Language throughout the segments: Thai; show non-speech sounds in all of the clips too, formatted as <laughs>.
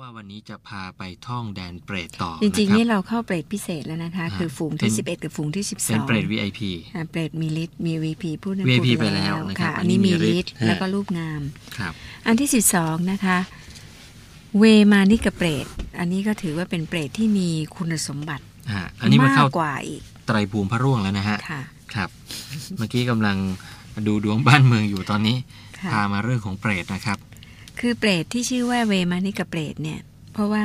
ว่าวันนี้จะพาไปท่องแดนเปรตต่อ จริง ะค ๆ บ นี่เราเข้าเปรตพิเศษแล้วนะคะ อ่า คือฝูงที่ เป็น 11 กับฝูงที่ เป็นเปรต 12 VIP อ่าเปรตมีฤทธิ์มี VP พูดนั้น VIP พูด ไปแล้วนะครับ ค่ะ อั อั น น นี้ นี้มี มีฤ ฤ ท ท ธิ์ ธิ์ ฮะ แล้วก็รูปงาม ครับ อันที่ 12 นะคะ เวมานิกเปรต อันนี้ก็ถือว่าเป็นเปรตที่มีคุณสมบัติ ฮะอันนี้มันเข้า ากกว่าอีก ไตรภูมิพระร่วงแล้วนะฮะ ค่ะ ครับ เมื่อกี้กำลังดูดวงบ้านเมืองอยู่ตอนนี้ ค่ะ พามาเรื่องของเปรตนะครับ คือเปรตที่ชื่อว่าเวมานิกเปรตเนี่ย เพราะว่า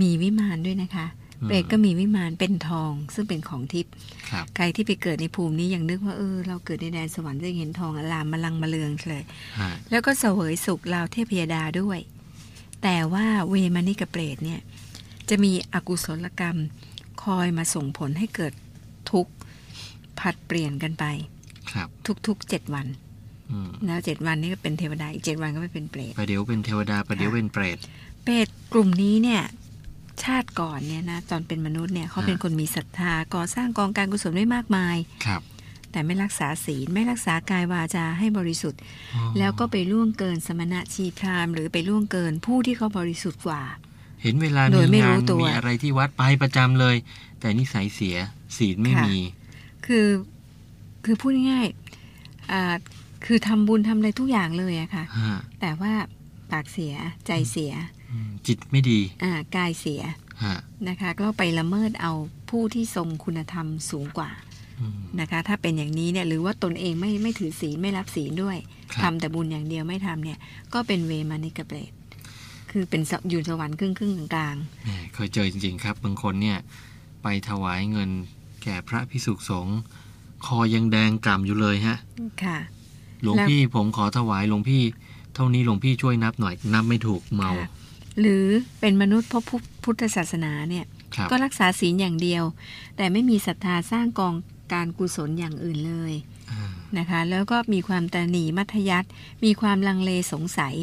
มีวิมานด้วยนะคะ อืม เปรตก็มีวิมานเป็นทองซึ่งเป็นของทิพย์ ครับ ใครที่ไปเกิดในภูมินี้ยังนึกว่าเออเราเกิดในแดนสวรรค์จะเห็นทองอลามมาลังมาเลืองเลย ฮะ แล้วก็เสวยสุขลาวเทพยดาด้วย แต่ว่าเวมานิกเปรตเนี่ย จะมีอกุศลกรรมคอยมาส่งผลให้เกิดทุกข์ผัดเปลี่ยนกันไป ครับ ทุกๆเจ็ดวัน อืม แล้วเจ็ดวันนี้ก็เป็นเทวดาอีกเจ็ดวันก็ไม่เป็นเปรต ประเดี๋ยวเป็นเทวดาประเดี๋ยวเป็นเปรต เปรตกลุ่มนี้เนี่ยชาติก่อนเนี่ยนะตอนเป็นมนุษย์เนี่ยเขาเป็น ฮะ คนมีศรัทธาก่อสร้างกองการกุศลไว้มากมาย ครับ แต่ไม่รักษาศีลไม่รักษากายวาจาให้บริสุทธิ์ อ๋อ แล้วก็ไปล่วงเกินสมณะชีพราหมณ์หรือไปล่วงเกินผู้ที่เขาบริสุทธิ์กว่า เห็นเวลา โด มี ยไม่ งา รู้ น ตัว มีอะไรที่วัดไปประจำเลย แต่นิสัยเสียศีลไม่ ค่ะ มี คือคือพูดง่ายๆอ่าคือทำบุญทำอะไรทุกอย่างเลยอะค่ะ ฮะ แต่ว่าปากเสียใจเสีย อืมจิตไม่ดี อ่ากายเสีย ฮะ นะคะ ก็ไปละเมิดเอาผู้ที่ทรงคุณธรรมสูงกว่า อืม นะคะถ้าเป็นอย่างนี้เนี่ยหรือว่าตนเองไม่ไม่ถือศีลไม่รับศีลด้วย ครับ ทำแต่บุญอย่างเดียวไม่ทำเนี่ย ก็เป็นเวมานิกเปรตคือเป็นสอยู่สวรรค์ครึ่งครึ่งๆกลาง แหม่เคยเจอจริงๆครับ บางคนเนี่ย ไปถวายเงินแก่พระพิสุสงฆ์คอยังแดงกล่ำอยู่เลยฮะ ๆค่ะ หลวง แล้ว พี่ผมขอถวายหลวงพี่ เท่านี้หลวงพี่ช่วยนับหน่อย นับไม่ถูกเมา ค่ะหรือเป็นมนุษย์พบพุทธศาสนาเนี่ย ครับ ก็รักษาศีลอย่างเดียว แต่ไม่มีศรัทธาสร้างกองการกุศลอย่างอื่นเลย อ่า นะคะ แล้วก็มีความตระหนีมัธยัติมีความลังเลสงสัย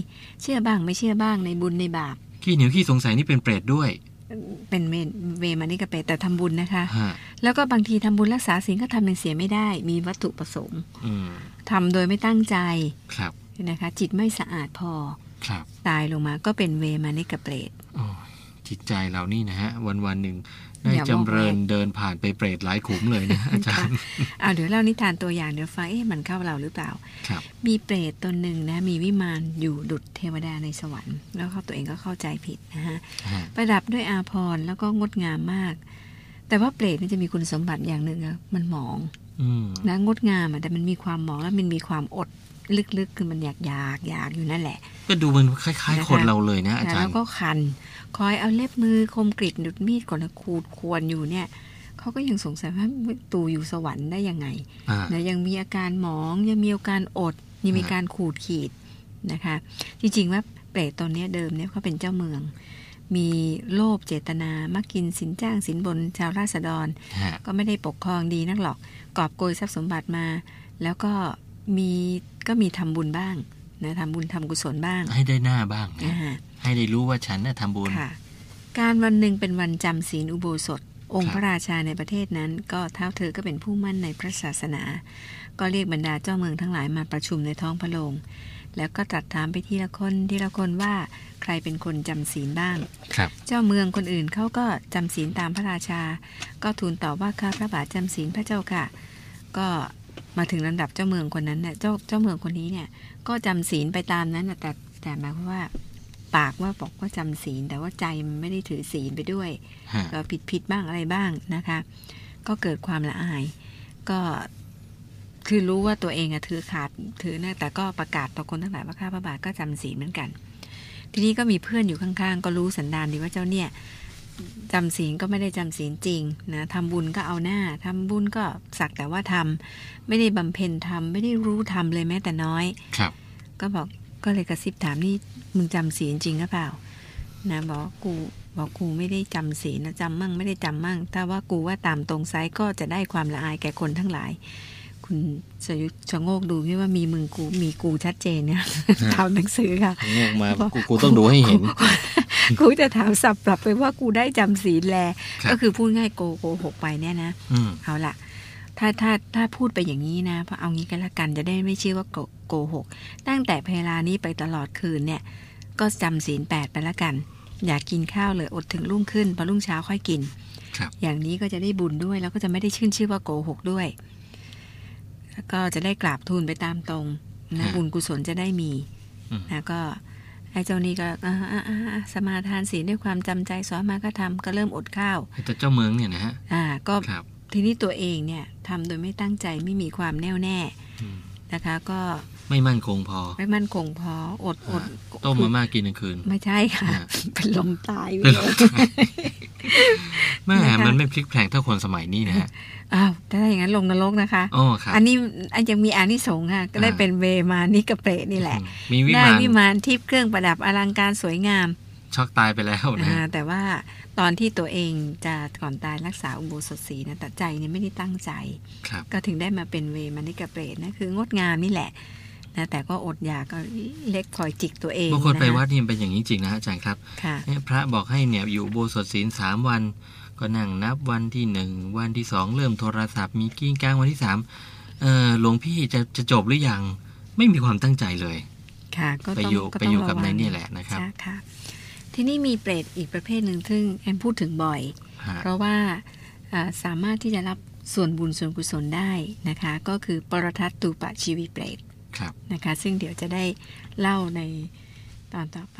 เชื่อบ้างไม่เชื่อบ้างในบุญในบาป ขี้เหนียวขี้สงสัยนี่เป็นเปรตด้วย เป็นเวเวมานิกเปรตแต่ทำบุญนะคะ ฮะ แล้วก็บางทีทำบุญรักษาศีลก็ทำเป็นเสียไม่ได้ มีวัตถุประสงค์ อืม ทำโดยไม่ตั้งใจ ครับ นะคะ จิตไม่สะอาดพอ ครับ ตายลงมาก็เป็นเวมานิกเปรต โอ้ยจิตใจเรานี่นะฮะ วันวันๆหนึ่งได้ อย่ามอง จำเริญ แรก เดินผ่านไปเปรตหลายขุมเลย <laughs> นะอาจารย์ อ่าเดี๋ยวเล่านิทานตัวอย่างเดี๋ยวฟังเอ๊ะมันเข้าเราหรือเปล่า ครับ มีเปรตตนหนึ่งนะมีวิมานอยู่ดุจเทวดาในสวรรค์ แล้วเขาตัวเองก็เข้าใจผิดนะฮะ ฮะ ประดับด้วยอาภรณ์แล้วก็งดงามมาก แต่ว่าเปรตนี่จะมีคุณสมบัติอย่างหนึ่งนะมันหมอง อืม นะงดงามอะแต่มันมีความหมองแล้วมันมีความอดลึกๆคือมันอยากอยากอยากอยู่นั่นแหละ ก็ดูมันคล้าย นะคะ ๆ คนเราเลยนะ อา นะ จาร แล้ว ย์ ก็คัน คอยเอาเล็บมือคมกริดดุดมีดก่อนนะขูดควรอยู่เนี่ย เขาก็ยังสงสัยว่าตูอยู่สวรรค์ได้ยังไง อ่า นะยังมีอาการหมองยังมีอาการอดยังมี ฮะ การขูดขีดนะคะ จริงๆว่าเปรตตนเนี้ยเดิมเนี่ยเขาเป็นเจ้าเมือง มีโลภเจตนามักกินสินจ้างสินบนชาวราษฎร ฮะ ก็ไม่ได้ปกครองดีนักหรอก กอบโกยทรัพย์สมบัติมา แล้วก็มีก็มีทำบุญบ้างนะทำบุญทำกุศลบ้าง ให้ได้หน้าบ้างนะ อ่า ให้ได้รู้ว่าฉันน่ะทำบุญ ค่ะการวันหนึ่งเป็นวันจำศีลอุโบสถ อง ครั ค์ บ พระราชาในประเทศนั้น ก็เท้าเธอก็เป็นผู้มั่นในพระศาสนา ก็เรียกบรรดาเจ้าเมืองทั้งหลายมาประชุมในท้องพระโรงแล้วก็ตรัสถามไปทีละคนทีละคนว่าใครเป็นคนจำศีลบ้าง ครับ เจ้าเมืองคนอื่นเขาก็จำศีลตามพระราชา ก็ทูลตอบว่าข้าพระบาทจำศีลพระเจ้าค่ะ ก็มาถึงลำดับเจ้าเมืองคนนั้นเนี่ยเจ้าเจ้าเมืองคนนี้เนี่ยก็จำศีลไปตามนั้นน่ะแต่แต่หมายความว่า ปากว่าบอกว่าจำศีล แต่ว่าใจมันไม่ได้ถือศีลไปด้วย ฮะ ก็ผิดผิดบ้างอะไรบ้างนะคะ ก็เกิดความละอาย ก็คือรู้ว่าตัวเองอะถือขาดถือนะแต่ก็ประกาศต่อคนทั้งหลายว่าข้าพระบาทก็จำศีลเหมือนกัน ทีนี้ก็มีเพื่อนอยู่ข้างๆ ก็รู้สันดานดีว่าเจ้าเนี่ยจำศีลก็ไม่ได้จำศีลจริงนะทำบุญก็เอาหน้าทำบุญก็สักแต่ว่าทำไม่ได้บำเพ็ญทำไม่ได้รู้ทำเลยแม้แต่น้อย ครับ ก็บอกก็เลยกระซิบถามนี่มึงจำศีลจริงหรือเปล่า นะบอกว่ากูบอกกูไม่ได้จำศีลนะจำมั่งไม่ได้จำมั่ง ถ้าว่ากูว่าตามตรงไซส์ก็จะได้ความละอายแก่คนทั้งหลาย คุณสยุทธชะโงกดูคิดว่ามีมึงกูมีกูชัดเจนเนี่ยตามหนังสือค่ะ งงมา บอก กูกูต้องดูให้เห็น กูจะถามสับปรับไปว่ากูได้จำศีลแล ครับ ก็คือพูดง่ายโกโกหกไปเนี่ยนะ อืม เอาล่ะ ถ้าถ้าถ้าพูดไปอย่างนี้นะเพราะเอางี้กันละกันจะได้ไม่ชื่อว่าโกโกหก ตั้งแต่เวลานี้ไปตลอดคืนเนี่ย ก็จำศีลแปดไปละกัน อยากกินข้าวเลยอดถึงรุ่งขึ้นพอรุ่งเช้าค่อยกิน ครับ อย่างนี้ก็จะได้บุญด้วย แล้วก็จะไม่ได้ชื่นชื่อว่าโกหกด้วย แล้วก็จะได้กราบทูลไปตามตรงนะ ฮะ บุญกุศลจะได้มี อืม นะก็ไอ้เจ้านี่ก็อ่าอ่าอ่าอ่าสมาทานศีลด้วยความจำใจสอนมาก็ทำก็เริ่มอดข้าว แต่เจ้าเมืองเนี่ยนะฮะ อ่า ก็ ครับ ทีนี้ตัวเองเนี่ยทำโดยไม่ตั้งใจไม่มีความแน่วแน่ อืม นะคะ ก็ ไม่มั่นคงพอ ไม่มั่นคงพออดอด <laughs> ต้มมาม่ากินกลางคืน ไม่ใช่ <laughs> ค่ะ ฮะ เป็นลมตายไป เป็น เล ไร ย แม่ นะคะ มันไม่พลิกแพลงเท่าคนสมัยนี้นะฮะ อ้าวถ้าอย่างนั้นลงนรกนะคะ อ๋อครับ อันนี้อันยังมีอานิสงส์ค่ะก็ได้ อ่า เป็นเวมานิกะเปรตนี่แหละ มีวิ ได้ มาน วิมานทิพย์เครื่องประดับอลังการสวยงาม ช็อกตายไปแล้วนะ อ่า ฮะ แต่ว่าตอนที่ตัวเองจะก่อนตายรักษาอุโบสถศีลนะแต่ใจเนี่ยไม่ได้ตั้งใจ ครับ ก็ถึงได้มาเป็นเวมานิกะเปรตนะคืองดงามนี่แหละนะแต่ก็อดอยากก็เล็กคอยจิกตัวเอง บางคนไป ะะ วัดนี่มันเป็นอย่างนี้จริงนะฮะอาจารย์ครับ ค่ะ เนี่ยพระบอกให้เนี่ยอยู่อุโบสถศีลสามวัน ก็นั่งนับวันที่หนึ่งวันที่สองเริ่มโทรศัพท์มีกิ้งก้างวันที่สามเออหลวงพี่จะจะจบหรือยังไม่มีความตั้งใจเลย ค่ะก็ ไป ต้อง อยู่ ก็ ไป ต้อ อง ยู่ ระ กับ วั ในาย ง เนี่ยแหละนะครับ ใช่ค่ะ ที่นี่มีเปรตอีกประเภทหนึ่งซึ่งแอมพูดถึงบ่อย ฮะ เพราะว่าเอ่อสามารถที่จะรับส่วนบุญส่วนกุศลได้นะคะ ก็คือปรทัตตูปะชีวิเปรต ครับ นะคะ ซึ่งเดี๋ยวจะได้เล่าในตอนต่อไป